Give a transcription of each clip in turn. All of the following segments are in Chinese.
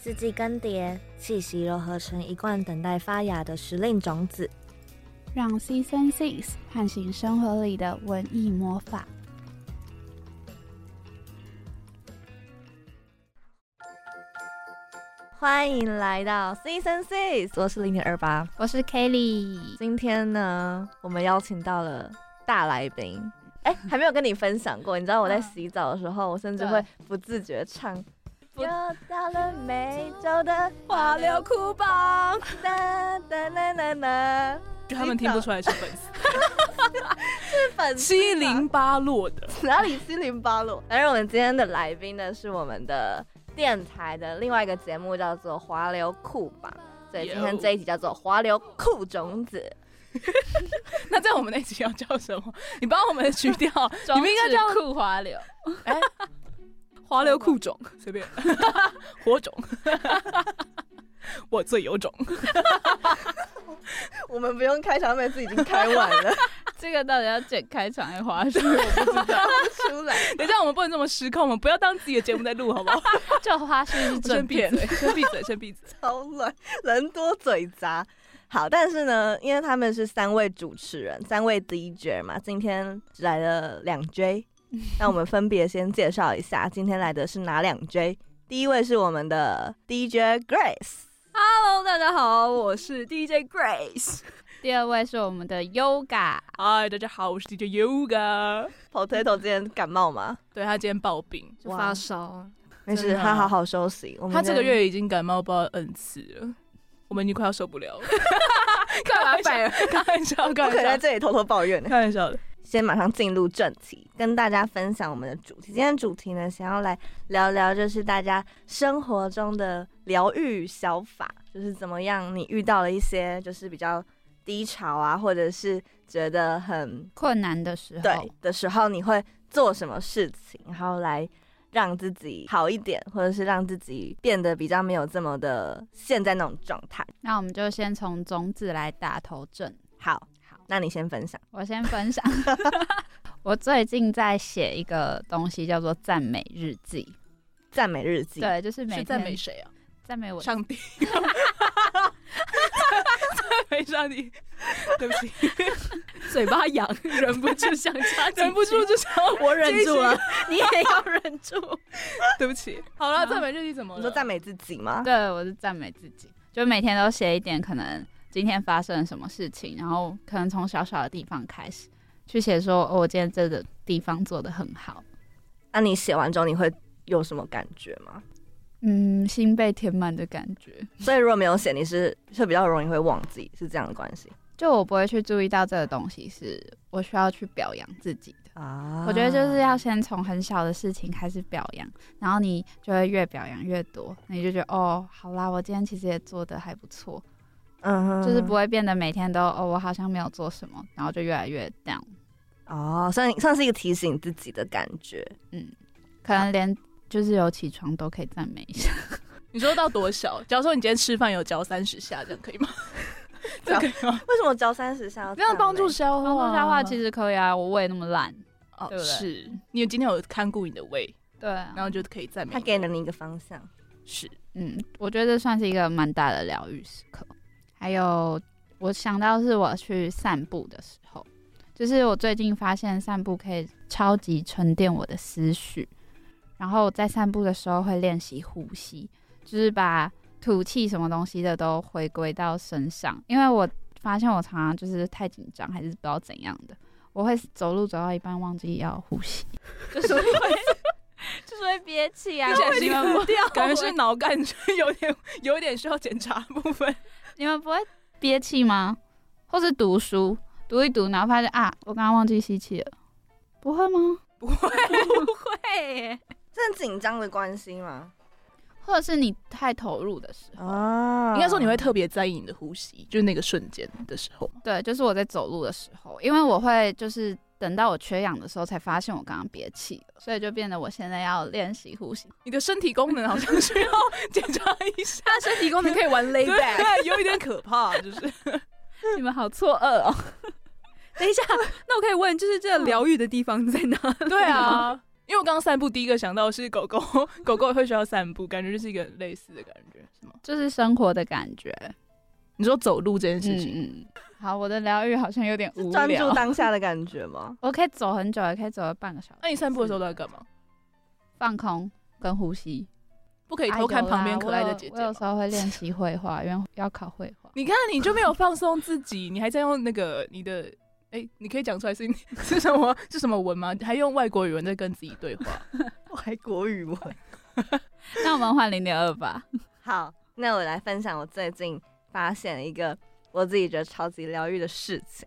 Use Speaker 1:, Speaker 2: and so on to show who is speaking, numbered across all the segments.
Speaker 1: 四季更迭，气息柔合成一罐等待发芽的时令种子。
Speaker 2: 让 Season Six 唤醒生活里的文艺魔法。
Speaker 1: 欢迎来到 Season Six，我是零点二八。
Speaker 2: 我是 Kelly，
Speaker 1: 今天呢，我们邀请到了大来宾。哎、还没有跟你分享过，你知道我在
Speaker 2: 嗯
Speaker 1: 洗澡的时候，我甚至
Speaker 2: 对
Speaker 1: 会不自觉唱。
Speaker 2: 不
Speaker 1: 又到了美洲的花柳哭吧，哒哒哒哒哒，
Speaker 3: 他们听不出来是粉丝，
Speaker 1: 粉丝 啊
Speaker 3: 七
Speaker 1: 吧
Speaker 3: 零八落的，
Speaker 1: 哪里七零八落？而我们今天的来宾呢，是我们的电台的另外一个节目，叫做《华流酷榜》。所以今天
Speaker 3: Yo
Speaker 1: 这一集叫做《华流酷种子》。
Speaker 3: 那在我们那集要叫什么？你帮我们取 掉，你们应该
Speaker 2: 叫
Speaker 3: 叫
Speaker 2: 酷滑流，
Speaker 3: 哎 滑流酷 种，随便，火种， 我最有种。
Speaker 1: 我们不用开场，每次已经开完了，
Speaker 2: 这个到底要剪开场还是滑出？我不知道，
Speaker 1: 出来。
Speaker 3: 等一下，我们不能这么失控，我们不要当自己的节目在录，好不 好？
Speaker 2: 就花絮是
Speaker 3: 先
Speaker 2: 正
Speaker 3: 闭
Speaker 2: 片。
Speaker 3: 嘴，先闭嘴，先闭嘴。
Speaker 1: 超乱， 人多嘴杂。好，但是呢，因为他们是三位主持人，三位 DJ 嘛，今天只来了两 J。那我们分别先介绍一下，今天来的是哪两 J？第一位是我们的 DJ Grace，
Speaker 4: Hello，大家好，我是 DJ Grace。
Speaker 2: 第二位是我们的 Yoga，
Speaker 3: 嗨，大家好，我是 DJ Yoga。
Speaker 1: Potato 今天感冒吗？
Speaker 3: 对他今天暴病，
Speaker 4: 就
Speaker 1: 哇
Speaker 4: 发烧，
Speaker 1: 没事，
Speaker 3: 真的啊
Speaker 1: 他好好休息。我们
Speaker 3: 他这个
Speaker 1: 今天
Speaker 3: 月已经感冒不知道 n 次了，我们已经快要受不了了。
Speaker 4: 干嘛摆？
Speaker 3: 开玩笑，开
Speaker 1: 不可以在
Speaker 3: 玩笑，
Speaker 1: 这里偷偷抱怨呢。
Speaker 3: 开玩笑的。
Speaker 1: 先马上进入正题，跟大家分享我们的主题。今天主题呢，想要来聊聊，就是大家生活中的疗愈小法，就是怎么样你遇到了一些就是比较低潮啊，或者是觉得很
Speaker 2: 困难的时候，
Speaker 1: 对的时候，你会做什么事情，然后来让自己好一点，或者是让自己变得比较没有这么的陷在那种状态。
Speaker 2: 那我们就先从种子来打头阵。
Speaker 1: 好，
Speaker 2: 好，
Speaker 1: 那你先分享。
Speaker 2: 我先分享。 我最近在写一个东西，叫做赞美日记。
Speaker 1: 赞美日记，
Speaker 2: 对，就是每
Speaker 3: 是
Speaker 2: 天
Speaker 3: 赞美谁啊？
Speaker 2: 赞美我
Speaker 3: 上帝，赞美上帝，对不起，
Speaker 4: 嘴巴痒，忍不住想 插进去
Speaker 3: 忍不住，就想
Speaker 4: 我忍住了，你也要忍住。
Speaker 3: 对不起。好了，赞美日记怎么
Speaker 1: 你
Speaker 3: 了？
Speaker 1: 说赞美自己吗？
Speaker 2: 对，我是赞美自己，就每天都写一点可能今天发生了什么事情，然后可能从小小的地方开始去写说，哦，我今天这个地方做的很好，
Speaker 1: 那、你写完之后你会有什么感觉吗？
Speaker 2: 嗯，心被填满的感觉。
Speaker 1: 所以如果没有写，你是是比较容易会忘记，是这样的关系
Speaker 2: 就我不会去注意到这个东西是我需要去表扬自己的，
Speaker 1: 啊
Speaker 2: 我觉得就是要先从很小的事情开始表扬，然后你就会越表扬越多，你就觉得哦，好啦，我今天其实也做的还不错，
Speaker 1: 嗯哼
Speaker 2: 就是不会变得每天都哦，我好像没有做什么，然后就越来越 down。
Speaker 1: 哦，算算是一个提醒自己的感觉。
Speaker 2: 可能连就是有起床都可以赞美一下。
Speaker 3: 你说到多小？假如说你今天吃饭有嚼三十下，这样可以吗？这样可以吗？
Speaker 1: 为什么嚼三十下要
Speaker 3: 这样帮助
Speaker 1: 赞
Speaker 3: 消化。
Speaker 2: 工作消化其实可以啊，我胃那么烂。
Speaker 3: 哦
Speaker 2: 对不对
Speaker 3: 是，你有今天有看顾你的胃，
Speaker 2: 对、啊
Speaker 3: 然后就可以赞
Speaker 1: 美？
Speaker 3: 美。
Speaker 1: 他给了你一个方向。
Speaker 3: 是
Speaker 2: 嗯，我觉得这算是一个蛮大的疗愈时刻。还有，我想到是我去散步的时候，就是我最近发现散步可以超级沉淀我的思绪，然后我在散步的时候会练习呼吸，就是把吐气什么东西的都回归到身上，因为我发现我常常就是太紧张，还是不知道怎样的，我会走路走到一半忘记要呼吸，就是会 就是会憋气啊，
Speaker 3: 听起来是因为我
Speaker 2: 掉
Speaker 3: 感觉是脑干有点 有点需要检查的部分。
Speaker 2: 你们不会憋气吗？或是读书读一读，然后发现啊，我刚刚忘记吸气了，不会吗？
Speaker 3: 不会，
Speaker 2: 不会耶。
Speaker 1: 是很紧张的关系吗？
Speaker 2: 或者是你太投入的时候，
Speaker 1: 哦
Speaker 3: 应该 说你会特别在意你的呼吸，就是那个瞬间的时候。
Speaker 2: 对，就是我在走路的时候，因为我会就是等到我缺氧的时候才发现我刚刚憋气了，所以就变得我现在要练习呼吸。
Speaker 3: 你的身体功能好像需要检查 一下。
Speaker 4: 他身体功能可以玩 lay back。
Speaker 3: 对，有一点可怕，就是
Speaker 2: 你们好错愕哦，
Speaker 4: 等一下，那我可以问，就是这疗愈的地方在哪？
Speaker 3: 对啊， 因为我刚刚散步，第一个想到是狗 狗，狗狗也会需要散步，感觉就是一个类似的感觉，是吗？
Speaker 2: 就是生活的感觉。
Speaker 3: 你说走路这件事
Speaker 2: 嗯
Speaker 3: 情，
Speaker 2: 嗯，好，我的疗愈好像有点无
Speaker 1: 专注
Speaker 2: 聊。
Speaker 1: 当下的感觉吗？
Speaker 2: 我可以走很久，也可以走了半个小时。
Speaker 3: 那你散步的时候都在干嘛？
Speaker 2: 放空跟呼吸，
Speaker 3: 不可以
Speaker 2: 哎
Speaker 3: 偷看
Speaker 2: 有啦
Speaker 3: 旁边可爱的姐姐
Speaker 2: 我有。我有
Speaker 3: 吗
Speaker 2: 时？候会练习绘画，因为要考绘画。
Speaker 3: 你看，你就没有放松自己，你还在用那个你的，哎、你可以讲出来是是什么是什么文吗？还用外国语文在跟自己对 话？
Speaker 1: 我 还国语文。
Speaker 2: 那我们换零点二
Speaker 3: 嗯
Speaker 2: 吧。
Speaker 1: 好，那我来分享我最近发现一个我自己觉得超级疗愈的事情，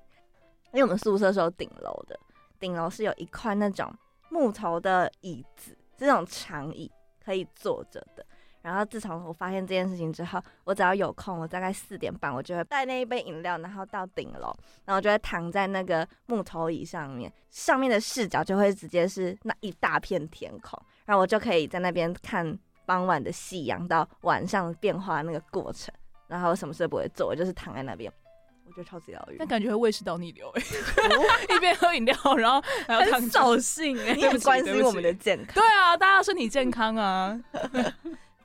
Speaker 1: 因为我们宿舍是有顶楼的，顶楼是有一块那种木头的椅子，这种长椅可以坐着的。然后自从我发现这件事情之后，我只要有空，我大概四点半，我就会带那一杯饮料，然后到顶楼，然后我就会躺在那个木头椅上面，上面的视角就会直接是那一大片天空，然后我就可以在那边看傍晚的夕阳到晚上变化那个过程，然后我什么事都不会做，我就是躺在那边，我觉得超级疗愈。
Speaker 3: 但感觉会胃食道逆流、哎 一边喝饮料，然后还要躺
Speaker 4: 很
Speaker 3: 着。
Speaker 4: 扫兴
Speaker 3: 欸
Speaker 4: 哎、
Speaker 1: 你很关心我们的健康，
Speaker 3: 对啊，大家身体健康啊，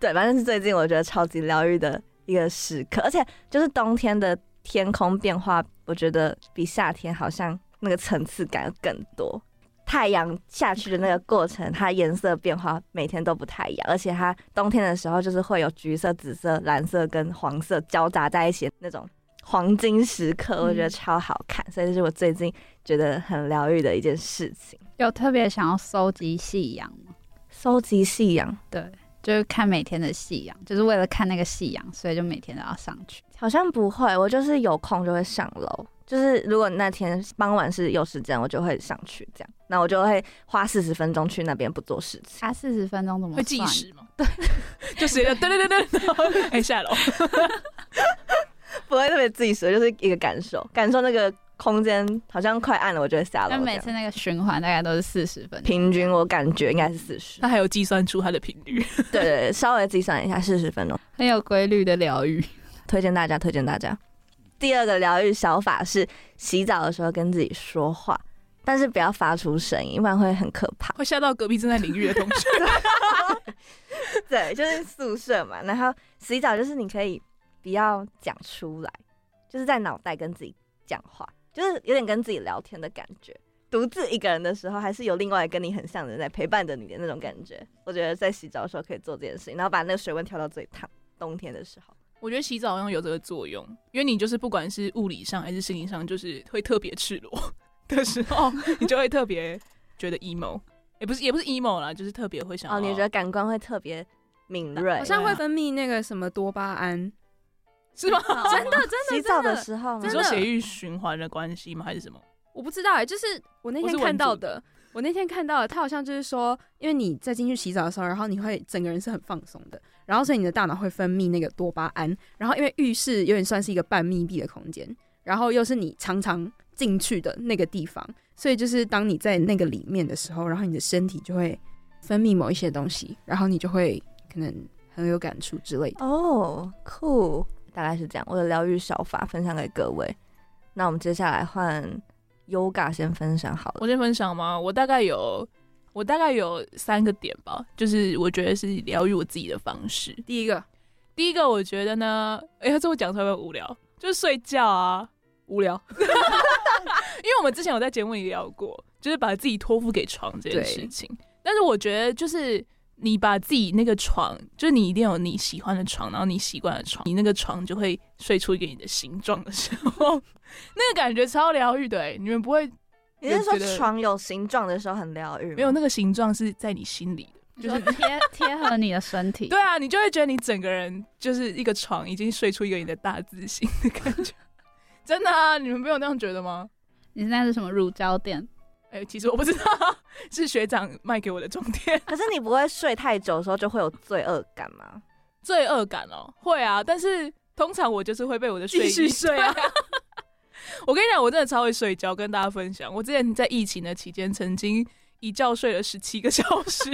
Speaker 1: 对，反正是最近我觉得超级疗愈的一个时刻，而且就是冬天的天空变化，我觉得比夏天好像那个层次感更多。太阳下去的那个过程，它颜色变化每天都不太一样，而且它冬天的时候就是会有橘色、紫色、蓝色跟黄色交杂在一起那种黄金时刻，我觉得
Speaker 2: 嗯
Speaker 1: 超好看，所以这是我最近觉得很疗愈的一件事情。
Speaker 2: 有特别想要收集夕阳吗？
Speaker 1: 收集夕阳，
Speaker 2: 对，就是看每天的夕阳，就是为了看那个夕阳，所以就每天都要上去。
Speaker 1: 好像不会，我就是有空就会上楼。就是如果那天傍晚是有时间，我就会上去这样。那我就会花四十分钟去那边不做事情。
Speaker 2: 啊，四十分钟怎么
Speaker 3: 会计
Speaker 2: 算？
Speaker 3: 时吗？ 对，就直接对对对对， 然后哎、下楼，
Speaker 1: 不会特别自己说，就是一个感受，感受那个空间好像快暗了，我就会
Speaker 3: 啊
Speaker 1: 下楼
Speaker 2: 但
Speaker 1: 这
Speaker 2: 每
Speaker 1: 样。
Speaker 2: 次那个循环大概都是四十分钟。
Speaker 1: 平均我感觉应该是四十
Speaker 3: 他，还有计算出它的频率。
Speaker 1: 对对对，稍微计算一下四十分钟，
Speaker 2: 很有规律的疗愈。
Speaker 1: 推荐大家，推荐大家。第二个疗愈小法是洗澡的时候跟自己说话，但是不要发出声音，不然会很可怕。
Speaker 3: 会吓到隔壁正在淋浴的同学。
Speaker 1: 对，就是宿舍嘛。然后洗澡就是你可以不要讲出来，就是在脑袋跟自己讲话，就是有点跟自己聊天的感觉。独自一个人的时候，还是有另外跟你很像的人在陪伴着你的那种感觉。我觉得在洗澡的时候可以做这件事情，然后把那个水温调到最烫。冬天的时候，
Speaker 3: 我觉得洗澡好像有这个作用，因为你就是不管是物理上还是心理上，就是会特别赤裸 的时候，
Speaker 1: 哦
Speaker 3: 你就会特别觉得 emo，也不是也不是 emo 啦，就是特别会想要
Speaker 1: 哦，你觉得感官会特别敏锐
Speaker 4: 好？像会分泌那个什么多巴胺，
Speaker 3: 是吗？
Speaker 4: 真的真
Speaker 1: 洗
Speaker 4: 的
Speaker 1: 澡
Speaker 4: 真
Speaker 1: 哦的
Speaker 4: 的，
Speaker 1: 时候吗
Speaker 3: 你
Speaker 4: 真
Speaker 3: 说
Speaker 4: 的
Speaker 3: 血液循环的关系吗？还是什么？
Speaker 4: 我不知道哎、就是我那
Speaker 3: 我
Speaker 4: 天
Speaker 3: 是
Speaker 4: 看
Speaker 3: 文
Speaker 4: 到
Speaker 3: 组
Speaker 4: 的，我那天看到的，他好像就是说，因为你在进去洗澡的时候，然后你会整个人是很放松的，然后所以你的大脑会分泌那个多巴胺，然后因为浴室有点算是一个半密闭的空间，然后又是你常常进去的那个地方，所以就是当你在那个里面的时候，然后你的身体就会分泌某一些东西，然后你就会可能很有感触之类的。
Speaker 1: 哦，酷，大概是这样。我的疗愈小法分享给各位。那我们接下来换 Yoga 先分享好了。
Speaker 3: 我先分享吗？我大概有我大概有三个点吧，就是我觉得是疗愈我自己的方式。
Speaker 4: 第一个，
Speaker 3: 第一个，我觉得呢，哎、呀，这我讲出来会不会无聊？就是睡觉啊，无聊。 因为我们之前有在节目里聊过，就是把自己托付给床这件事情。但是我觉得，就是你把自己那个床，就是你一定有你喜欢的床，然后你习惯的床，你那个床就会睡出一个你的形状的时候， 那个感觉超疗愈的、欸。你们不会
Speaker 1: 你是说
Speaker 3: 我觉得
Speaker 1: 床有形状的时候很疗愈吗？
Speaker 3: 没有那个形状是在 你心里的。
Speaker 2: 就是贴 贴合你的身体，
Speaker 3: 对啊，你就会觉得你整个人就是一个床，已经睡出一个你的大字型的感觉。真的啊，你们没有那样觉得吗？
Speaker 2: 你那是什么乳胶垫？
Speaker 3: 哎、其实我不知道， 是学长卖给我的重点。
Speaker 1: 可是你不会睡太久的时候就会有罪恶感吗？
Speaker 3: 罪恶感哦，会啊，但是通常我就是会被我的睡衣
Speaker 4: 继续睡啊
Speaker 3: 对 我跟你讲，我真的超会睡觉，跟大家分享。我之前在疫情的期间，曾经一觉睡了十七个小时，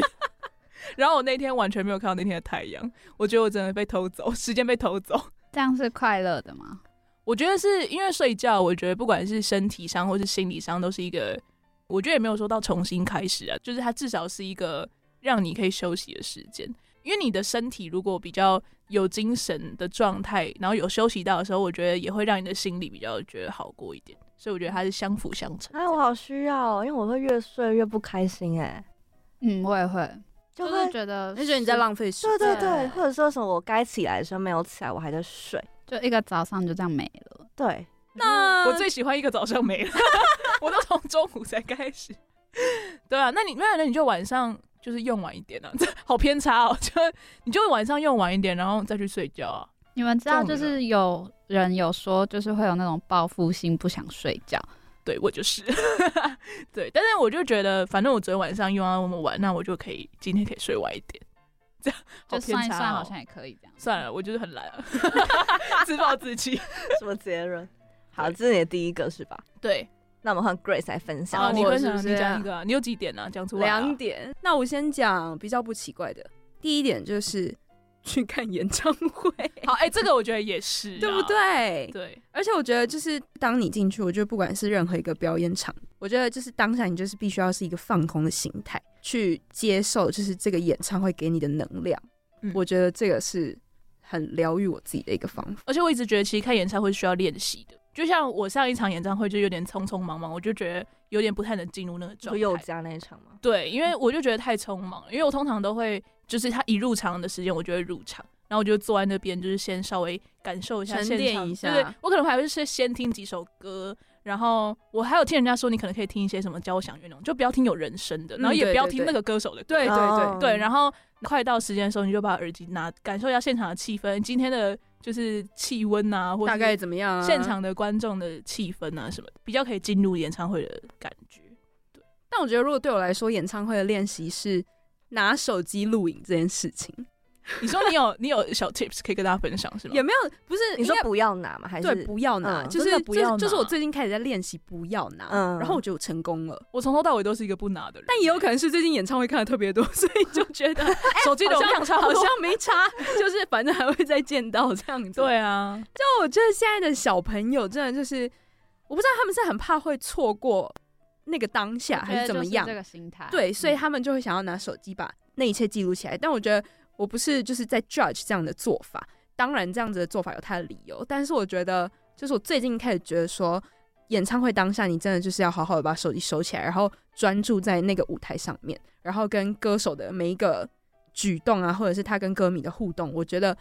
Speaker 3: 然后我那天完全没有看到那天的太阳，我觉得我真的被偷走，时间被偷走。
Speaker 2: 这样是快乐的吗？
Speaker 3: 我觉得是因为睡觉，我觉得不管是身体上或是心理上，都是一个我觉得也没有说到重新开始啊，就是它至少是一个让你可以休息的时间。因为你的身体如果比较有精神的状态，然后有休息到的时候，我觉得也会让你的心理比较觉得好过一点。所以我觉得它是相辅相成。
Speaker 1: 啊，我好需要、哦，因为我会越睡越不开心、哎，
Speaker 2: 嗯，我也会，
Speaker 1: 就
Speaker 2: 就
Speaker 1: 会
Speaker 2: 是觉得
Speaker 4: 就觉得你在浪费时
Speaker 1: 对对
Speaker 2: 间
Speaker 1: 对，或者说什么我该起来的时候没有起来，我还在睡，
Speaker 2: 就一个早上就这样没了。
Speaker 1: 对，
Speaker 4: 那
Speaker 3: 我最喜欢一个早上没 了，我都从中午才开始。对啊，那你那那你就晚上就是用晚一点啊，这 好偏差哦。就你就晚上用晚一点，然后再去睡觉啊。
Speaker 2: 你们知道，
Speaker 3: 中午
Speaker 2: 就
Speaker 3: 了
Speaker 2: 是有人有说，就是会有那种报复性不想睡觉。
Speaker 3: 对我就是， 对，但是我就觉得，反正我昨天晚上用到那么晚，那我就可以今天可以睡晚一点， 这样好
Speaker 2: 就
Speaker 3: 偏
Speaker 2: 算一
Speaker 3: 差、哦。
Speaker 2: 算，好像也可以这样。
Speaker 3: 算了，我就是很懒、 啊，自暴自弃。
Speaker 1: 什么结论？好，
Speaker 3: 对
Speaker 1: 这是你的第一个是吧？
Speaker 3: 对，
Speaker 1: 那我们换 Grace 来分享。
Speaker 3: 哦好，你
Speaker 4: 我
Speaker 3: 分
Speaker 4: 是
Speaker 3: 享
Speaker 4: 不
Speaker 3: 你
Speaker 4: 是
Speaker 3: 讲一个、啊，你有几点呢、啊？讲出来、啊。
Speaker 4: 两点。那我先讲比较不奇怪的，第一点就是去看演唱会，
Speaker 3: 好，哎、这个我觉得也是、啊
Speaker 4: 对不？对？
Speaker 3: 对，
Speaker 4: 而且我觉得，就是当你进去，我觉得不管是任何一个表演场，我觉得就是当下你就是必须要是一个放空的心态去接受，就是这个演唱会给你的能量。
Speaker 3: 嗯
Speaker 4: 我觉得这个是很疗愈我自己的一个方法。
Speaker 3: 而且我一直觉得，其实看演唱会需要练习的。就像我上一场演唱会就有点匆匆忙忙，我就觉得有点不太能进入那个状
Speaker 1: 不有
Speaker 3: 态。
Speaker 1: 家那一场吗？
Speaker 3: 对，因为我就觉得太匆忙了，因为我通常都会就是他一入场的时间，我就会入场，然后我就坐在那边，就是先稍微感受一下
Speaker 4: 沉
Speaker 3: 现
Speaker 4: 淀
Speaker 3: 场
Speaker 4: 一下
Speaker 3: 对对，我可能还会是先听几首歌，然后我还有听人家说，你可能可以听一些什么交响乐那种，就不要听有人声的，
Speaker 4: 嗯
Speaker 3: 然后也不要
Speaker 4: 对对
Speaker 3: 听那个歌手的歌。
Speaker 4: 对对
Speaker 1: 哦
Speaker 3: 对，然后快到时间的时候，你就把耳机拿，感受一下现场的气氛，今天的就是气温啊，或
Speaker 4: 大
Speaker 3: 者
Speaker 4: 概怎么样、啊？
Speaker 3: 现场的观众的气氛啊什么的，比较可以进入演唱会的感觉。
Speaker 4: 但我觉得，如果对我来说，演唱会的练习是拿手机录影这件事情，
Speaker 3: 你说你 有你有小 tips 可以跟大家分享是吗
Speaker 4: 也？没有不是
Speaker 3: 呃
Speaker 1: 你说
Speaker 4: 应该
Speaker 1: 不要拿吗？还
Speaker 4: 对，
Speaker 1: 是
Speaker 4: 不要拿，
Speaker 1: 嗯
Speaker 4: 就
Speaker 3: 真
Speaker 4: 是
Speaker 3: 的不要
Speaker 4: 就是，就是
Speaker 3: 拿
Speaker 4: 我最近开始在练习不要拿，
Speaker 1: 嗯
Speaker 4: 然后我觉得我成功了。
Speaker 3: 我从头到尾都是一个不拿的人，
Speaker 4: 但也有可能是最近演唱会看的特别多， 所以就觉得
Speaker 3: 手机流
Speaker 4: 好像
Speaker 3: 量超
Speaker 4: 好
Speaker 3: 多
Speaker 4: 像。没差， 就是反正还会再见到这样子。，
Speaker 3: 对啊，
Speaker 4: 就我觉得现在的小朋友真的就是，我不知道他们是很怕会错过那个当下还是怎么样
Speaker 2: 这，个心态。
Speaker 4: 对，所以
Speaker 2: 嗯
Speaker 4: 他们就会想要拿手机把那一切记录起来。但我觉得我不是就是在 judge 这样的做法，当然这样子的做法有它的理由，但是我觉得就是我最近开始觉得说，演唱会当下你真的就是要好好的把手机收起来，然后专注在那个舞台上面，然后跟歌手的每一个举动啊，或者是他跟歌迷的互动，我觉得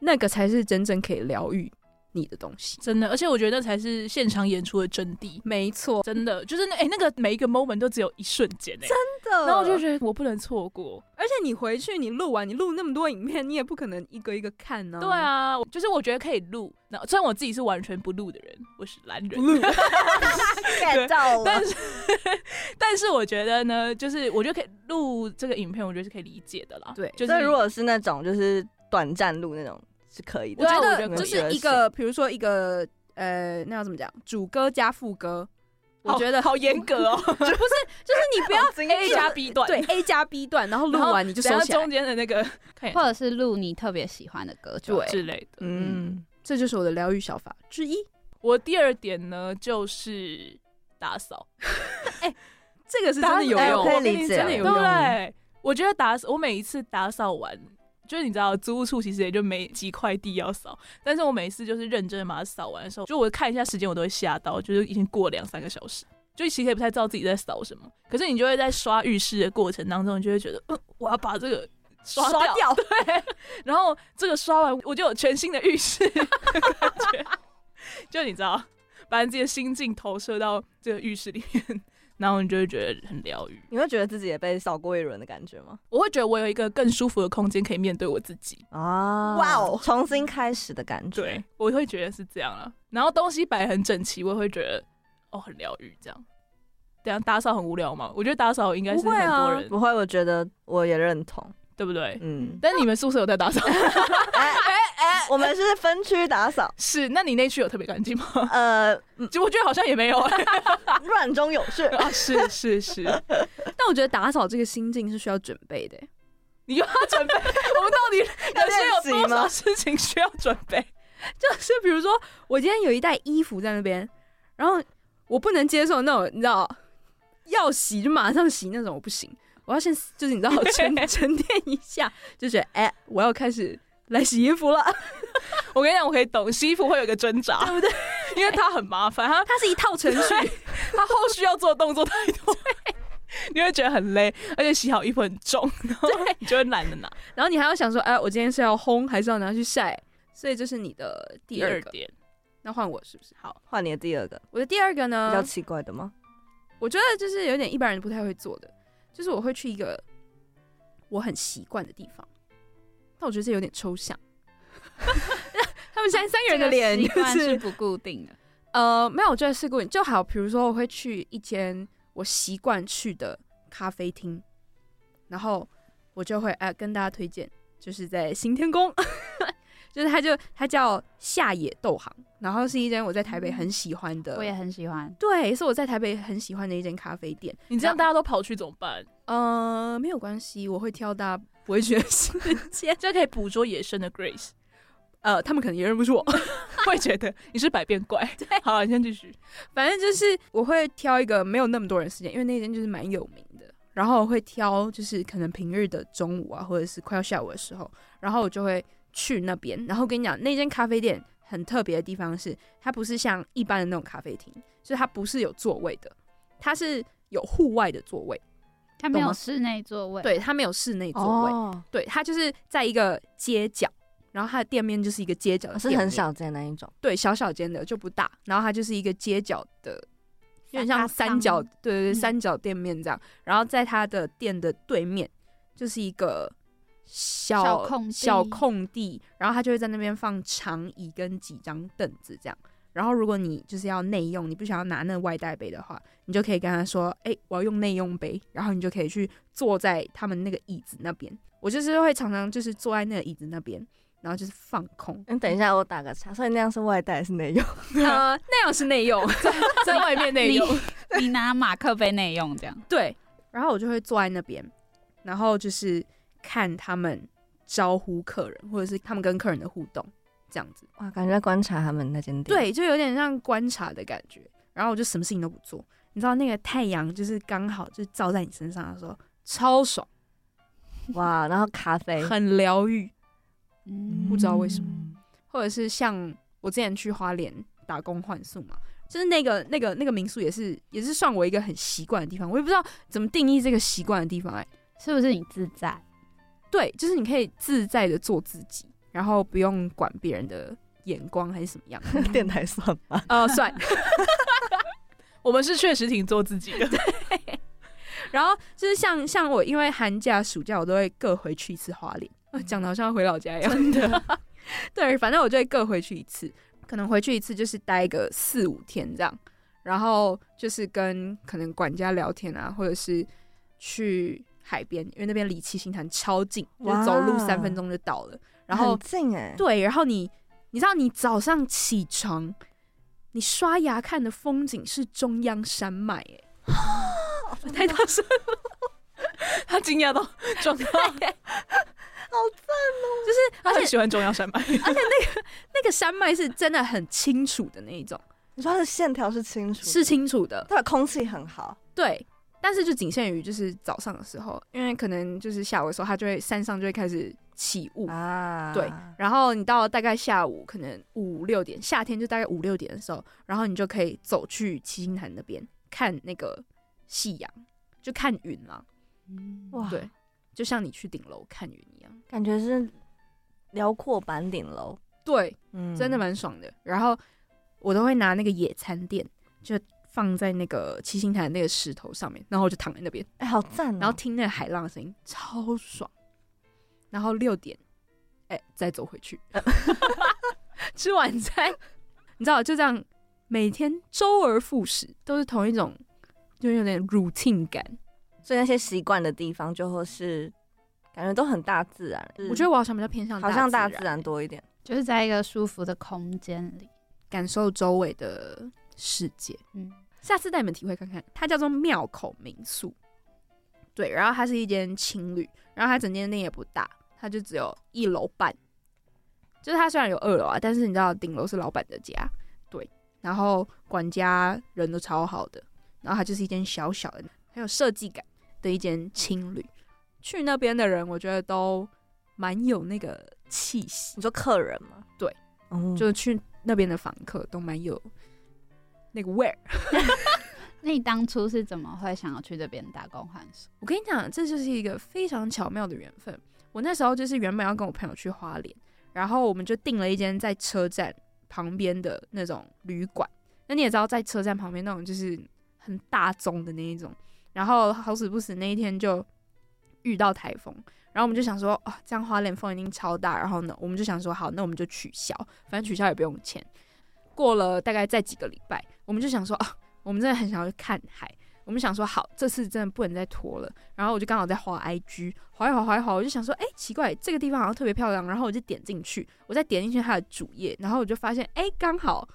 Speaker 4: 那个才是真正可以疗愈你的东西。
Speaker 3: 真的，而且我觉得那才是现场演出的真谛。
Speaker 4: 没错，
Speaker 3: 真的，就是那哎、那个每一个 moment 都只有一瞬间哎、
Speaker 1: 真的
Speaker 3: 然后我就觉得我不能错过。
Speaker 4: 而且你回去你录完，你录那么多影片，你也不可能一个一个看呢、
Speaker 3: 对，啊，我就是我觉得可以录，那虽然我自己是完全不录的人，我是懒人，
Speaker 1: get 到了，
Speaker 3: 但是 但是我觉得呢，就是我觉得可以录这个影片，我觉得是可以理解的啦。
Speaker 4: 对
Speaker 3: 就是
Speaker 1: 所以如果是那种就是短暂路那种是可以的，
Speaker 4: 我
Speaker 3: 对啊
Speaker 4: 觉
Speaker 3: 我觉
Speaker 4: 得
Speaker 3: 得可以
Speaker 4: 就是一个，比如说一个呃，那要怎么讲，主歌加副歌，我
Speaker 3: 好
Speaker 4: 觉得
Speaker 3: 好严格哦
Speaker 4: 不是， 就是你不要
Speaker 3: ，A 加 B 段，
Speaker 4: 对 A 加 B 段，然后录
Speaker 3: 然后
Speaker 4: 完你就
Speaker 3: 然
Speaker 4: 收
Speaker 3: 后
Speaker 4: 起来
Speaker 3: 中，间的那个 看
Speaker 2: 或者是录你特别喜欢的歌就好
Speaker 4: 对
Speaker 3: 之类的。
Speaker 1: 嗯，
Speaker 4: 这就是我的疗愈小法之一。
Speaker 3: 我第二点呢就是打扫，
Speaker 4: 这个是真
Speaker 3: 打
Speaker 4: 的有
Speaker 3: 扫
Speaker 1: 哎
Speaker 4: 用，
Speaker 1: 我可以
Speaker 4: 我跟你
Speaker 1: 理解
Speaker 4: 真的有
Speaker 3: 对
Speaker 4: 用
Speaker 3: 不。对？我觉得打扫，我每一次打扫完，就是你知道，租屋处其实也就没几块地要扫，但是我每一次就是认真的把它扫完的时候，就我看一下时间，我都会吓到，就是已经过两三个小时，就其实也不太知道自己在扫什么，可是你就会在刷浴室的过程当中，你就会觉得，嗯，我要把这个。刷掉，
Speaker 4: 掉，
Speaker 3: 然后这个刷完，我就有全新的浴室的感觉，就你知道，把你自己的心境投射到这个浴室里面，然后你就会觉得很疗愈。
Speaker 1: 你会觉得自己也被扫过一轮的感觉吗？
Speaker 3: 我会觉得我有一个更舒服的空间可以面对我自己。
Speaker 1: 啊，
Speaker 4: 哇哦
Speaker 1: 重新开始的感觉，
Speaker 3: 对，，我会觉得是这样啊。然后东西摆很整齐，我也会觉得哦很疗愈。这样，等一下打扫很无聊吗？我觉得打扫应该是
Speaker 4: 不
Speaker 3: 很
Speaker 4: 会啊
Speaker 3: 多人，
Speaker 1: 不会，我觉得我也认同，
Speaker 3: 对不对？，
Speaker 1: 嗯
Speaker 3: 但你们宿舍有在打扫？
Speaker 1: 哎哎，我们是分区打扫，
Speaker 3: 是，那你那区有特别干净吗？
Speaker 1: 呃，
Speaker 3: 就我觉得好像也没有、欸。
Speaker 1: 乱中有序，
Speaker 3: 啊，是是是，
Speaker 4: 但我觉得打扫这个心境是需要准备 的。
Speaker 3: 你又要准备，我们到底人生有多少事情需要准备？
Speaker 4: 就是比如说，我今天有一袋衣服在那边，然后我不能接受那种你知道要洗就马上洗那种，我不行，我要先就是你知道 沉沉淀一下，就觉得哎、我要开始来洗衣服了。
Speaker 3: 我跟你讲，我可以懂洗衣服会有一个挣扎，
Speaker 4: 对不对？
Speaker 3: 因为它很麻烦，它
Speaker 4: 它是一套程序，
Speaker 3: 它后续要做的动作太多，你会觉得很累，而且洗好衣服很重，然后你就会懒得拿。
Speaker 4: 然后你还要想说，哎、我今天是要烘还是要拿去晒？所以这是你的第二个。
Speaker 3: 点，
Speaker 4: 那换我是不是？好，
Speaker 1: 换你的第二个
Speaker 4: 我的第二个
Speaker 1: 比较
Speaker 4: 呢，
Speaker 1: 奇怪的吗？
Speaker 4: 我觉得就是有点一般人不太会做的，就是我会去一个我很习惯的地方，但我觉得这有点抽 象。他们现在三个人的脸
Speaker 2: 习
Speaker 4: 就
Speaker 2: 惯
Speaker 4: 是
Speaker 2: 是不固定 的，
Speaker 4: 呃，没有，我觉得是固定。就好，比如说我会去一间我习惯去的咖啡厅，然后我就会哎、跟大家推荐，就是在行天宫， 就是它就它叫下野豆行，然后是一间我在台北很喜欢的，
Speaker 2: 嗯我也很喜欢。
Speaker 4: 对，是我在台北很喜欢的一间咖啡店。
Speaker 3: 你这样大家都跑去怎么办？
Speaker 4: 呃，没有关系，我会挑大家不会觉得是
Speaker 3: 这可以捕捉野生的 Grace，
Speaker 4: 呃，他们可能也认 不出我，
Speaker 3: 会觉得你是百变怪。好了，你先继续。
Speaker 4: 反正就是我会挑一个没有那么多人时间，因为那间就是蛮有名的。然后我会挑就是可能平日的中午啊，或者是快要下午的时候，然后我就会去那边。然后跟你讲，那间咖啡店很特别的地方是，它不是像一般的那种咖啡厅，就是它不是有座位的，它是有户外的座位，
Speaker 2: 它没
Speaker 4: 懂
Speaker 2: 有
Speaker 4: 吗
Speaker 2: 室内座位，
Speaker 4: 对，它没有室内座位，
Speaker 2: 哦，
Speaker 4: 对，它就是在一个街角，然后它的店面就是一个街角的
Speaker 1: 哦是
Speaker 4: 店
Speaker 1: 很
Speaker 4: 面
Speaker 1: 少见那一种，
Speaker 4: 对，小小间的就不大，然后它就是一个街角的，有点像
Speaker 2: 三大
Speaker 4: 三角，
Speaker 2: 商
Speaker 4: 对对对，
Speaker 2: 嗯
Speaker 4: 三角店面这样。然后在它的店的对面就是一个小
Speaker 2: 小空地
Speaker 4: 小空地，然后他就会在那边放长椅跟几张凳子这样。然后如果你就是要内用，你不想要拿那外带杯的话，你就可以跟他说：“哎、我要用内用杯。”然后你就可以去坐在他们那个椅子那边。我就是会常常就是坐在那个椅子那边，然后就是放空。
Speaker 1: 你嗯等一下，我打个岔。所以那样是外带还是内用？
Speaker 4: 呃，那样是内 用，
Speaker 3: 在外面内用，
Speaker 2: 你拿马克杯内用这样，
Speaker 4: 对，然后我就会坐在那边，然后就是看他们招呼客人，或者是他们跟客人的互动，这样子。
Speaker 1: 哇，感觉在观察他们那间店。，
Speaker 4: 对，就有点像观察的感觉。然后我就什么事情都不做，你知道那个太阳就是刚好就照在你身上的时候，超爽，
Speaker 1: 哇，然后咖啡，
Speaker 4: 很疗愈。
Speaker 2: 嗯
Speaker 4: 不知道为什么
Speaker 1: 嗯
Speaker 4: 或者是像我之前去花莲打工换宿嘛，就是那个那个那个民宿也是也是算我一个很习惯的地方，我也不知道怎么定义这个习惯的地方哎、
Speaker 2: 是不是你自在？
Speaker 4: 对，就是你可以自在的做自己，然后不用管别人的眼光还是什么样。
Speaker 1: 电台算吧。
Speaker 4: 呃，算。
Speaker 3: 我们是确实挺做自己的。
Speaker 4: 然后就是像像我，因为寒假、暑假我都会各回去一次花莲，呃讲的好像要回老家一样。真的， 对，反正我就会各回去一次，可能回去一次就是待个四五天这样，然后就是跟可能管家聊天啊，或者是去海边，因为那边离七星潭超近，就是走路三分
Speaker 1: 哇
Speaker 4: 钟就到了。然后
Speaker 1: 很近哎、
Speaker 4: 对，然后你你知道你早上起床，你刷牙看的风景是中央山脉、欸，哎，太大声了，
Speaker 3: 他惊讶到撞到，他
Speaker 4: 而
Speaker 3: 很
Speaker 4: 且
Speaker 3: 喜欢中央山 脉。
Speaker 4: 那个山脉是真的很清楚的那一种，
Speaker 1: 你说它的线条是清楚的，
Speaker 4: 是清楚的，
Speaker 1: 对，空气很好，
Speaker 4: 对。但是就仅限于就是早上的时候，因为可能就是下午的时候，它就会山上就会开始起雾，
Speaker 1: 啊，
Speaker 4: 对然后你到大概下午可能五六点，夏天就大概五六点的时候，然后你就可以走去七星潭那边看那个夕阳，就看云啦。
Speaker 2: 嗯
Speaker 1: 哇，
Speaker 4: 对，就像你去顶楼看云一样。
Speaker 1: 感觉是辽阔版顶楼，
Speaker 4: 对，
Speaker 1: 嗯
Speaker 4: 真的蛮爽的。然后我都会拿那个野餐垫，就放在那个七星潭那个石头上面，然后我就躺在那边，
Speaker 1: 哎、好赞、哦！
Speaker 4: 然后听那个海浪的声音，超爽。然后六点，哎、再走回 去，吃晚餐。你知道，就这样，每天周而复始，都是同一种，就有点 routine 感。
Speaker 1: 所以那些习惯的地方就会是感觉都很大自然。嗯
Speaker 4: 我觉得我好像比较偏向
Speaker 1: 好像大
Speaker 4: 大欸
Speaker 1: 自然多一点，
Speaker 2: 就是在一个舒服的空间里，
Speaker 4: 感受周围的世界。
Speaker 2: 嗯，
Speaker 4: 下次带你们体会看看，它叫做庙口民宿。对，然后它是一间青旅，然后它整间店也不大，它就只有一楼半。就是它虽然有二楼啊，但是你知道顶楼是老板的家，对，然后管家人都超好的，然后它就是一间小小的，很有设计感的一间青旅。去那边的人，我觉得都蛮有那个气息，
Speaker 1: 你说客人吗？
Speaker 4: 对，
Speaker 1: 哦，
Speaker 4: 就去那边的访客都蛮有那个味儿。
Speaker 2: 那你当初是怎么会想要去这边打工换宿？
Speaker 4: 我跟你讲，这就是一个非常巧妙的缘分。我那时候就是原本要跟我朋友去花莲，然后我们就订了一间在车站旁边的那种旅馆。那你也知道，在车站旁边那种就是很大宗的那一种。然后好死不死那一天就遇到台风，然后我们就想说，哦，这样花莲风一定超大。然后呢，我们就想说，好，那我们就取消，反正取消也不用钱。过了大概再几个礼拜，我们就想说，哦，我们真的很想要去看海。我们想说，好，这次真的不能再拖了。然后我就刚好在滑 IG，滑一滑，滑一滑，我就想说，哎、奇怪，这个地方好像特别漂亮。然后我就点进去，我再点进去它的主页，然后我就发现，哎、刚好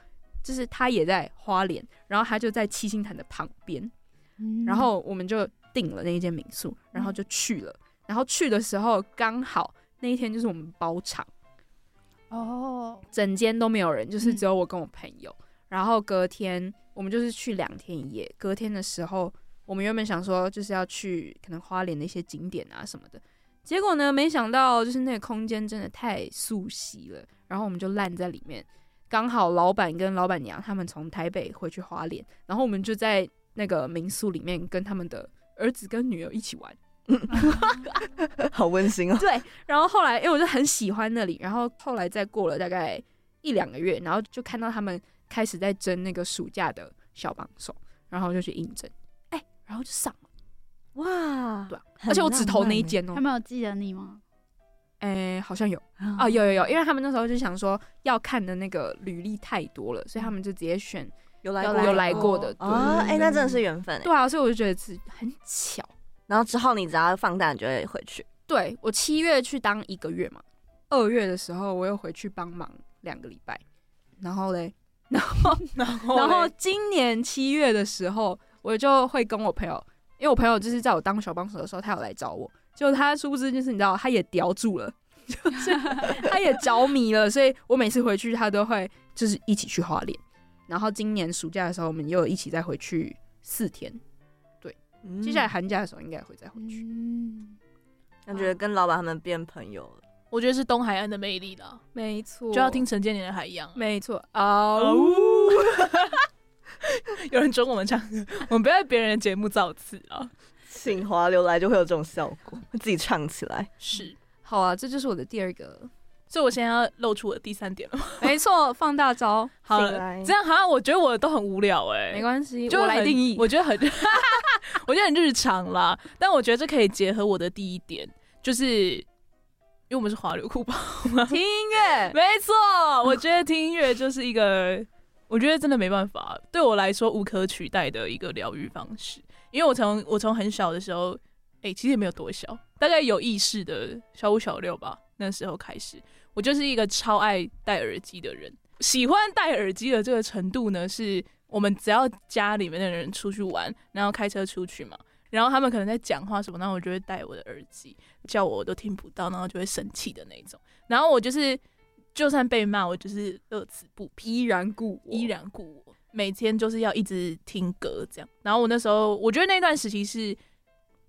Speaker 4: 就是它也在花莲，然后它就在七星潭的旁边。
Speaker 2: 嗯
Speaker 4: 然后我们就订了那一间民宿，然后就去了。然后去的时候刚好那一天就是我们包场，
Speaker 2: 哦，
Speaker 4: 整间都没有人，就是
Speaker 2: 嗯
Speaker 4: 只有我跟我朋友。然后隔天我们就是去两天一夜。隔天的时候，我们原本想说就是要去可能花莲的一些景点啊什么的，结果呢，没想到就是那个空间真的太素悉了，然后我们就烂在里面。刚好老板跟老板娘他们从台北回去花莲，然后我们就在那个民宿里面跟他们的儿子跟女儿一起玩。
Speaker 1: 好温馨哦。
Speaker 4: 对，啊然后后来因为我就很喜欢那里，然后后来再过了大概一两个月，然后就看到他们开始在争那个暑假的小帮手，然后就去应征，哎、然后就上了，
Speaker 1: 哇，
Speaker 4: 对啊
Speaker 1: 很
Speaker 4: 而且我只投那
Speaker 1: 浪漫欸
Speaker 4: 一
Speaker 1: 耶
Speaker 4: 间哦、
Speaker 2: 他们有记得你吗？
Speaker 4: 哎、好像有
Speaker 2: 啊
Speaker 4: 啊，有有有，因为他们那时候就想说要看的那个履历太多了，所以他们就直接选
Speaker 1: 嗯欸有来
Speaker 4: 有
Speaker 1: 过
Speaker 4: 有来过的，对
Speaker 1: 哦，哎、那真的是缘分哎。
Speaker 4: 对啊，所以我就觉得是很巧。
Speaker 1: 然后之后你只要放假，你就会回去。
Speaker 4: 对我七月去当一个月嘛，二月的时候我又回去帮忙两个礼拜，然后嘞，然后
Speaker 3: 然后
Speaker 4: 然后
Speaker 3: 嘞
Speaker 4: 今年七月的时候，我就会跟我朋友，因为我朋友就是在我当小帮手的时候，他有来找我，就他殊不知就是你知道，他也叼住了， 就是他也着迷了，所以我每次回去他都会就是一起去花莲。然后今年暑假的时候，我们又一起再回去四天，
Speaker 1: 嗯
Speaker 4: 接下来寒假的时候应该也会再回去。
Speaker 2: 嗯，
Speaker 1: 我觉得跟老板他们变朋友了。
Speaker 3: 我觉得是东海岸的魅力啦，
Speaker 4: 没错
Speaker 3: 就要听，陈建年的《海洋》啊。
Speaker 4: 没错哦。
Speaker 3: 呜 有人准我们唱歌，我们不要在别人的节目造次啊！
Speaker 1: 请华流来就会有这种效果，自己唱起来。
Speaker 3: 是，
Speaker 4: 好啊，这就是我的第二个，
Speaker 3: 所以我现在要露出我的第三点了吗。
Speaker 4: 没错，放大招，
Speaker 3: 好
Speaker 1: 醒
Speaker 3: 了，
Speaker 1: 来
Speaker 3: 这样好像我觉得我都很无聊哎、
Speaker 4: 没关系，
Speaker 3: 就
Speaker 4: 我
Speaker 3: 很
Speaker 4: 来定义。
Speaker 3: 我觉得很， 我觉得很日常啦。但我觉得这可以结合我的第一点，就是因为我们是滑流酷吧，
Speaker 4: 听音乐，
Speaker 3: 没错，我觉得听音乐就是一个，我觉得真的没办法，对我来说无可取代的一个疗愈方式。因为我从我从很小的时候，哎、其实也没有多小，大概有意识的小五小六吧，那时候开始，我就是一个超爱戴耳机的人。喜欢戴耳机的这个程度呢，是我们只要家里面的人出去玩，然后开车出去嘛，然后他们可能在讲话什么，那我就会戴我的耳机，叫我我都听不到，然后就会生气的那种。然后我就是就算被骂，我就是乐此不疲，
Speaker 4: 依然故我，
Speaker 3: 依然故我。每天就是要一直听歌这样。然后我那时候，我觉得那段时期是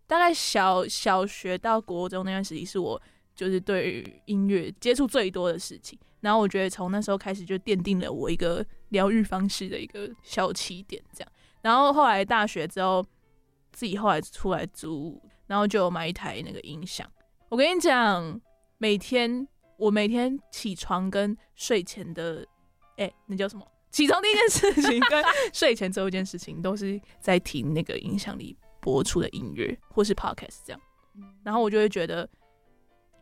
Speaker 3: 大概小小学到国中那段时期，是我就是对于音乐接触最多的事情。然后我觉得从那时候开始就奠定了我一个疗愈方式的一个小起点这样。然后后来大学之后，自己后来出来租，然后就有买一台那个音响。我跟你讲，每天我每天起床跟睡前的，哎、那叫什么？起床第一件事情 跟睡前最后一件事情都是在听那个音响里播出的音乐或是 podcast 这样，
Speaker 4: 嗯
Speaker 3: 然后我就会觉得，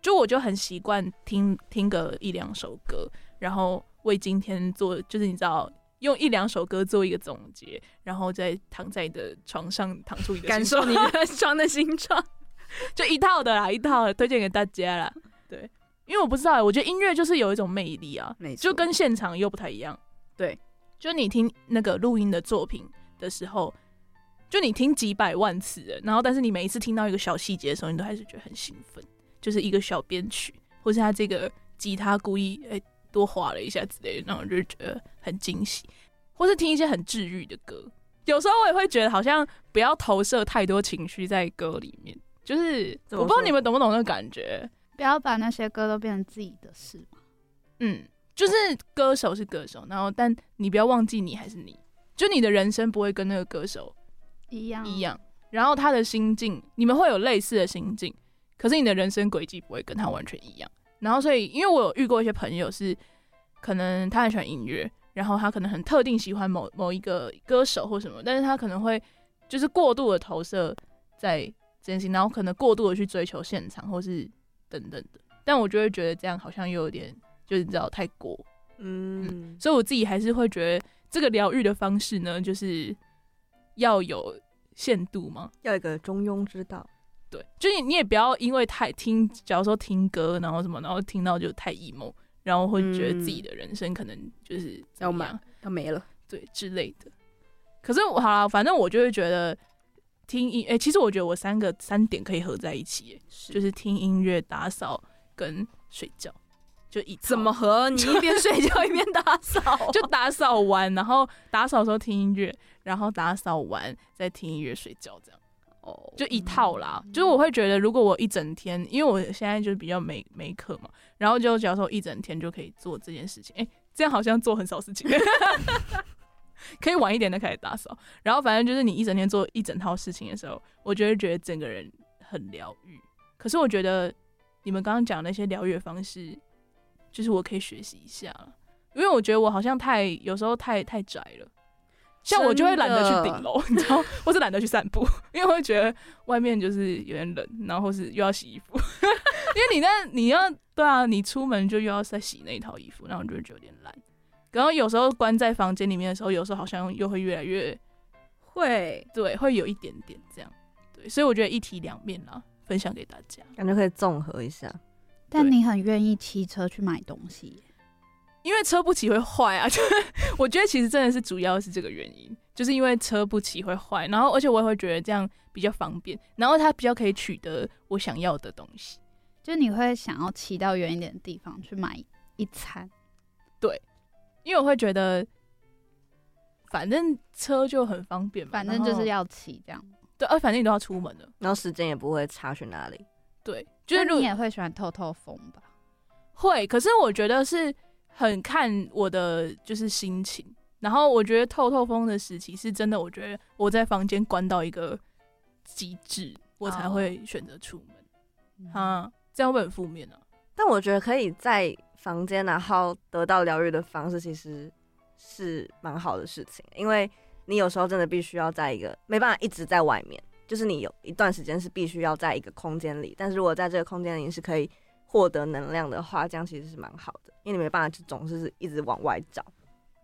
Speaker 3: 就我就很习惯听听个一两首歌，然后为今天做就是你知道用一两首歌做一个总结，然后再躺在你的床上躺出你的
Speaker 4: 感
Speaker 3: 心
Speaker 4: 受你的装的形状。
Speaker 3: 就一套的啦，一套的推荐给大家啦。对，因为我不知道欸，我觉得音乐就是有一种魅力啊，
Speaker 4: 没
Speaker 3: 就跟现场又不太一样。
Speaker 4: 对，
Speaker 3: 就你听那个录音的作品的时候，就你听几百万次了，然后但是你每一次听到一个小细节的时候，你都还是觉得很兴奋，就是一个小编曲，或是他这个吉他故意哎、多划了一下之类的，然后就觉得很惊喜，或是听一些很治愈的歌，有时候我也会觉得好像不要投射太多情绪在歌里面，就是
Speaker 1: 怎么说
Speaker 3: 我不知道你们懂不懂那个感觉，
Speaker 2: 不要把那些歌都变成自己的事嘛。
Speaker 3: 嗯，就是歌手是歌手，然后但你不要忘记你还是你，就你的人生不会跟那个歌手
Speaker 2: 一样
Speaker 3: 一，样，然后他的心境，你们会有类似的心境，可是你的人生轨迹不会跟他完全一样。然后所以，因为我有遇过一些朋友是，可能他很喜欢音乐，然后他可能很特定喜欢某某一个歌手或什么，但是他可能会就是过度的投射在这件事情，然后可能过度的去追求现场或是等等的。但我就会觉得这样好像又有点，就是你知道太过，
Speaker 1: 嗯，
Speaker 3: 所以我自己还是会觉得这个疗愈的方式呢，就是要有限度嘛。
Speaker 1: 要有一个中庸之道。
Speaker 3: 对，就是你也不要因为太听，假如说听歌，然后什么，然后听到就太 emo，然后会觉得自己的人生可能就是怎
Speaker 4: 嗯要
Speaker 3: 么
Speaker 4: 满
Speaker 3: 样，
Speaker 4: 要没了。
Speaker 3: 对之类的。可是我好啦，反正我就会觉得听音，哎、其实我觉得我三个三点可以合在一起耶，就是听音乐、打扫跟睡觉，就一套
Speaker 4: 怎么和你一边睡觉一边打 扫？
Speaker 3: 就打扫完，然后打扫的时候听音乐，然后打扫完再听音乐睡觉，这样
Speaker 4: 哦
Speaker 3: 就一套啦。就是我会觉得，如果我一整天，因为我现在就是比较没没课嘛，然后就假如说一整天就可以做这件事情，哎、这样好像做很少事情。 可以晚一点再开始打扫，然后反正就是你一整天做一整套事情的时候，我就会觉得整个人很疗愈。可是我觉得你们刚刚讲的那些疗愈的方式，就是我可以学习一下了，因为我觉得我好像太有时候太太宅了，像我就会懒得去顶楼， 你知道，或是懒得去散步，因为我会觉得外面就是有点冷，然后或是又要洗衣服， 因为你那你要对啊，你出门就又要再洗那一套衣服，然后你就会觉得有点懒。然后有时候关在房间里面的时候，有时候好像又会越来越
Speaker 4: 会
Speaker 3: 对，会有一点点这样，对，所以我觉得一体两面啦，分享给大家。
Speaker 1: 感觉可以综合一下，
Speaker 2: 但你很愿意骑车去买东西，
Speaker 3: 因为车不骑会坏啊， 就是我觉得其实真的是主要是这个原因，就是因为车不骑会坏，然后而且我也会觉得这样比较方便，然后它比较可以取得我想要的东西。
Speaker 2: 就你会想要骑到远一点的地方去买一餐。
Speaker 3: 因为我会觉得，反正车就很方便嘛，
Speaker 2: 反正就是
Speaker 3: 然后
Speaker 2: 要骑这样。
Speaker 3: 对，呃，反正你都要出门了，
Speaker 1: 然后时间也不会差去哪里。
Speaker 3: 对，
Speaker 2: 就
Speaker 3: 就
Speaker 2: 是是
Speaker 3: 如
Speaker 2: 你也会喜欢透透风吧？
Speaker 3: 会，可是我觉得是很看我的就是心情。然后我觉得透透风的时期是真的，我觉得我在房间关到一个极致，我才
Speaker 2: 哦
Speaker 3: 会选择出门。啊，这样会不会很负面呢、啊
Speaker 1: 但我觉得可以在房间，然后得到疗愈的方式，其实是蛮好的事情，因为你有时候真的必须要在一个没办法一直在外面，就是你有一段时间是必须要在一个空间里，但是如果在这个空间里是可以获得能量的话，这样其实是蛮好的，因为你没办法就总是一直往外找，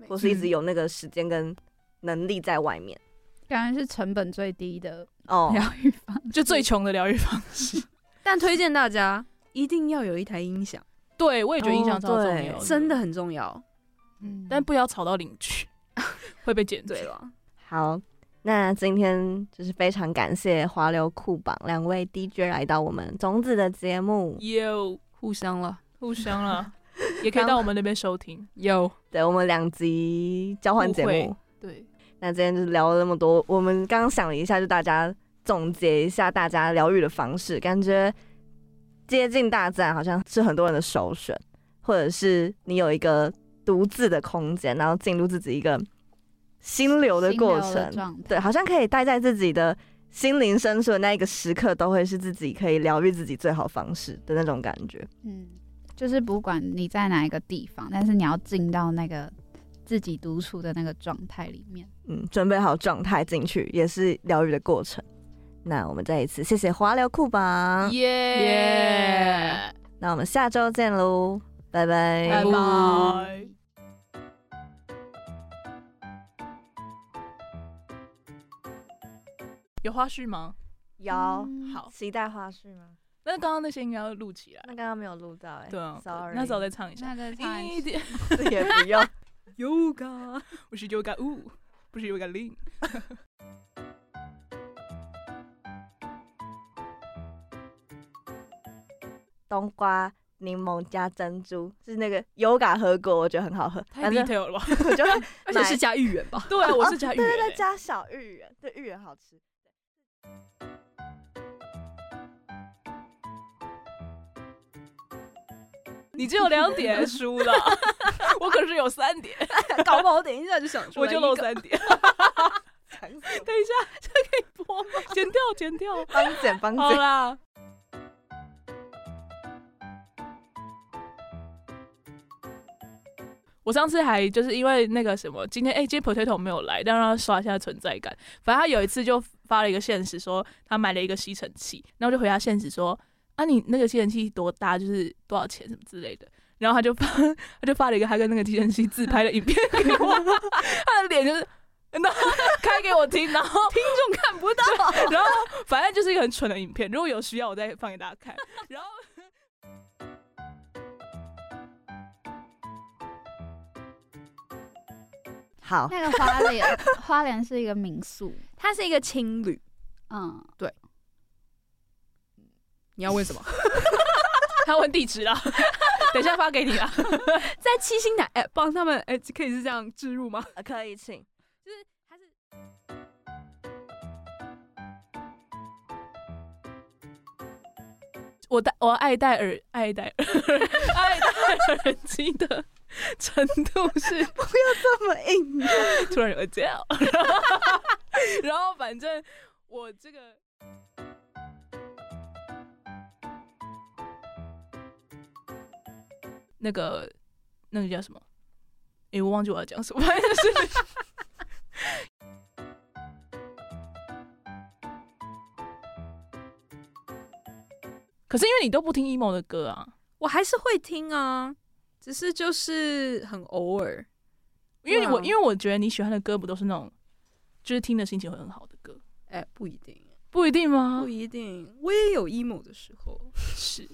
Speaker 1: 或是一
Speaker 4: 嗯
Speaker 1: 直有那个时间跟能力在外面。
Speaker 2: 感觉是成本最低的
Speaker 1: 哦，
Speaker 2: 疗愈方式，
Speaker 3: 就最穷的疗愈方式。
Speaker 4: 但推荐大家一定要有一台音响，
Speaker 3: 对，我也觉得音响超重
Speaker 1: 哦
Speaker 3: 要，
Speaker 1: 对
Speaker 4: 真的，很重要。
Speaker 2: 嗯
Speaker 3: 但不要吵到邻居，会被剪
Speaker 4: 对
Speaker 3: 嘴。
Speaker 4: 了，
Speaker 1: 好，那今天就是非常感谢华流酷榜两位 DJ 来到我们种子的节目。
Speaker 3: 有
Speaker 4: 互相了，
Speaker 3: 互相了，也可以到我们那边收听。有
Speaker 1: 对我们两集交换节
Speaker 3: 互
Speaker 1: 目
Speaker 3: 惠，对，
Speaker 1: 那今天就是聊了那么多，我们刚刚想了一下，就大家总结一下大家疗愈的方式，感觉接近大自然好像是很多人的首选，或者是你有一个独自的空间，然后进入自己一个心流的过
Speaker 2: 心流的
Speaker 1: 程，
Speaker 2: 状态
Speaker 1: 对，好像可以待在自己的心灵深处的那一个时刻，都会是自己可以疗愈自己最好方式的那种感觉。
Speaker 2: 嗯，就是不管你在哪一个地方，但是你要进到那个自己独处的那个状态里面。
Speaker 1: 嗯，准备好状态进去，也是疗愈的过程。那我们再一次谢谢华流酷
Speaker 3: 嗯
Speaker 1: 榜，
Speaker 3: 耶，
Speaker 1: 那我们下周见喽，拜拜，
Speaker 3: 拜拜。有花絮吗？
Speaker 1: 有
Speaker 2: 嗯
Speaker 3: 好，
Speaker 1: 期待花絮吗？
Speaker 3: 那刚刚那些应该要录起来。
Speaker 1: 那刚刚没有录到哎、
Speaker 3: 哦对啊
Speaker 1: s o r r y
Speaker 3: 那时候再唱一下。
Speaker 2: 那再唱一
Speaker 3: 一
Speaker 2: 次
Speaker 3: 点，
Speaker 1: 这也不用。
Speaker 4: Yoga。
Speaker 3: 我是 Yoga Wu，不是 Yoga Lin。
Speaker 1: 冬瓜柠檬加珍珠，是那个 Yoga 喝过，我觉得很好喝。
Speaker 3: 太
Speaker 1: 反正
Speaker 3: detail 了吧？
Speaker 1: 我就会
Speaker 4: 而且
Speaker 1: 买哦
Speaker 4: 是加芋圆吧？
Speaker 3: 对啊，我是加芋
Speaker 1: 对对
Speaker 3: 圆
Speaker 1: 对，加小芋圆，对芋圆好 吃。
Speaker 3: 你只有两点输了，我可是有三点，
Speaker 4: 搞不好我等一下就想出
Speaker 3: 我
Speaker 4: 来一
Speaker 3: 就
Speaker 4: 个，
Speaker 3: 漏三 点。
Speaker 1: 烦死
Speaker 3: 等一下，这可以播吗？剪掉，剪掉。
Speaker 1: 我帮剪帮
Speaker 3: 好
Speaker 1: 剪，
Speaker 3: 啦，我上次还就是因为那个什么，今天哎、今天 Potato 没有来，但让他刷一下存在感。反正他有一次就发了一个现实说他买了一个吸尘器，然后我就回他现实说啊，你那个吸尘器多大，就是多少钱什么之类的。然后他就发， 他就发了一个他跟那个吸尘器自拍的影片给我，他的脸就是，然后开给我听，然后
Speaker 4: 听众看不到。
Speaker 3: 然后反正就是一个很蠢的影片，如果有需要我再放给大家看。然后。
Speaker 1: 好，
Speaker 2: 那个花莲，花莲是一个民宿，
Speaker 4: 它是一个青旅，
Speaker 2: 嗯，
Speaker 4: 你要问 什么？
Speaker 3: 他问地址啦， 等一下发给你啦。
Speaker 4: 在七星奶 app 帮他们，哎、可以是这样置入吗？
Speaker 1: 呃可以请。
Speaker 4: 就是它是
Speaker 3: 我戴我爱戴耳爱戴耳爱戴耳机的程度 是
Speaker 1: 这么硬，
Speaker 3: 啊突然有个这 样，然后反正我这个那个那个叫什么？诶、我忘记我要讲什么，反正就是可是因为你都不听 emo 的歌啊，
Speaker 4: 我还是会听啊，只是就是很偶尔。
Speaker 3: 因为我、
Speaker 4: 对啊
Speaker 3: 因为我觉得你喜欢的歌不都是那种，就是听的心情会很好的歌，
Speaker 4: 哎、不一定，
Speaker 3: 不一定吗
Speaker 4: 不？一定，我也有 emo 的时候。
Speaker 3: 是，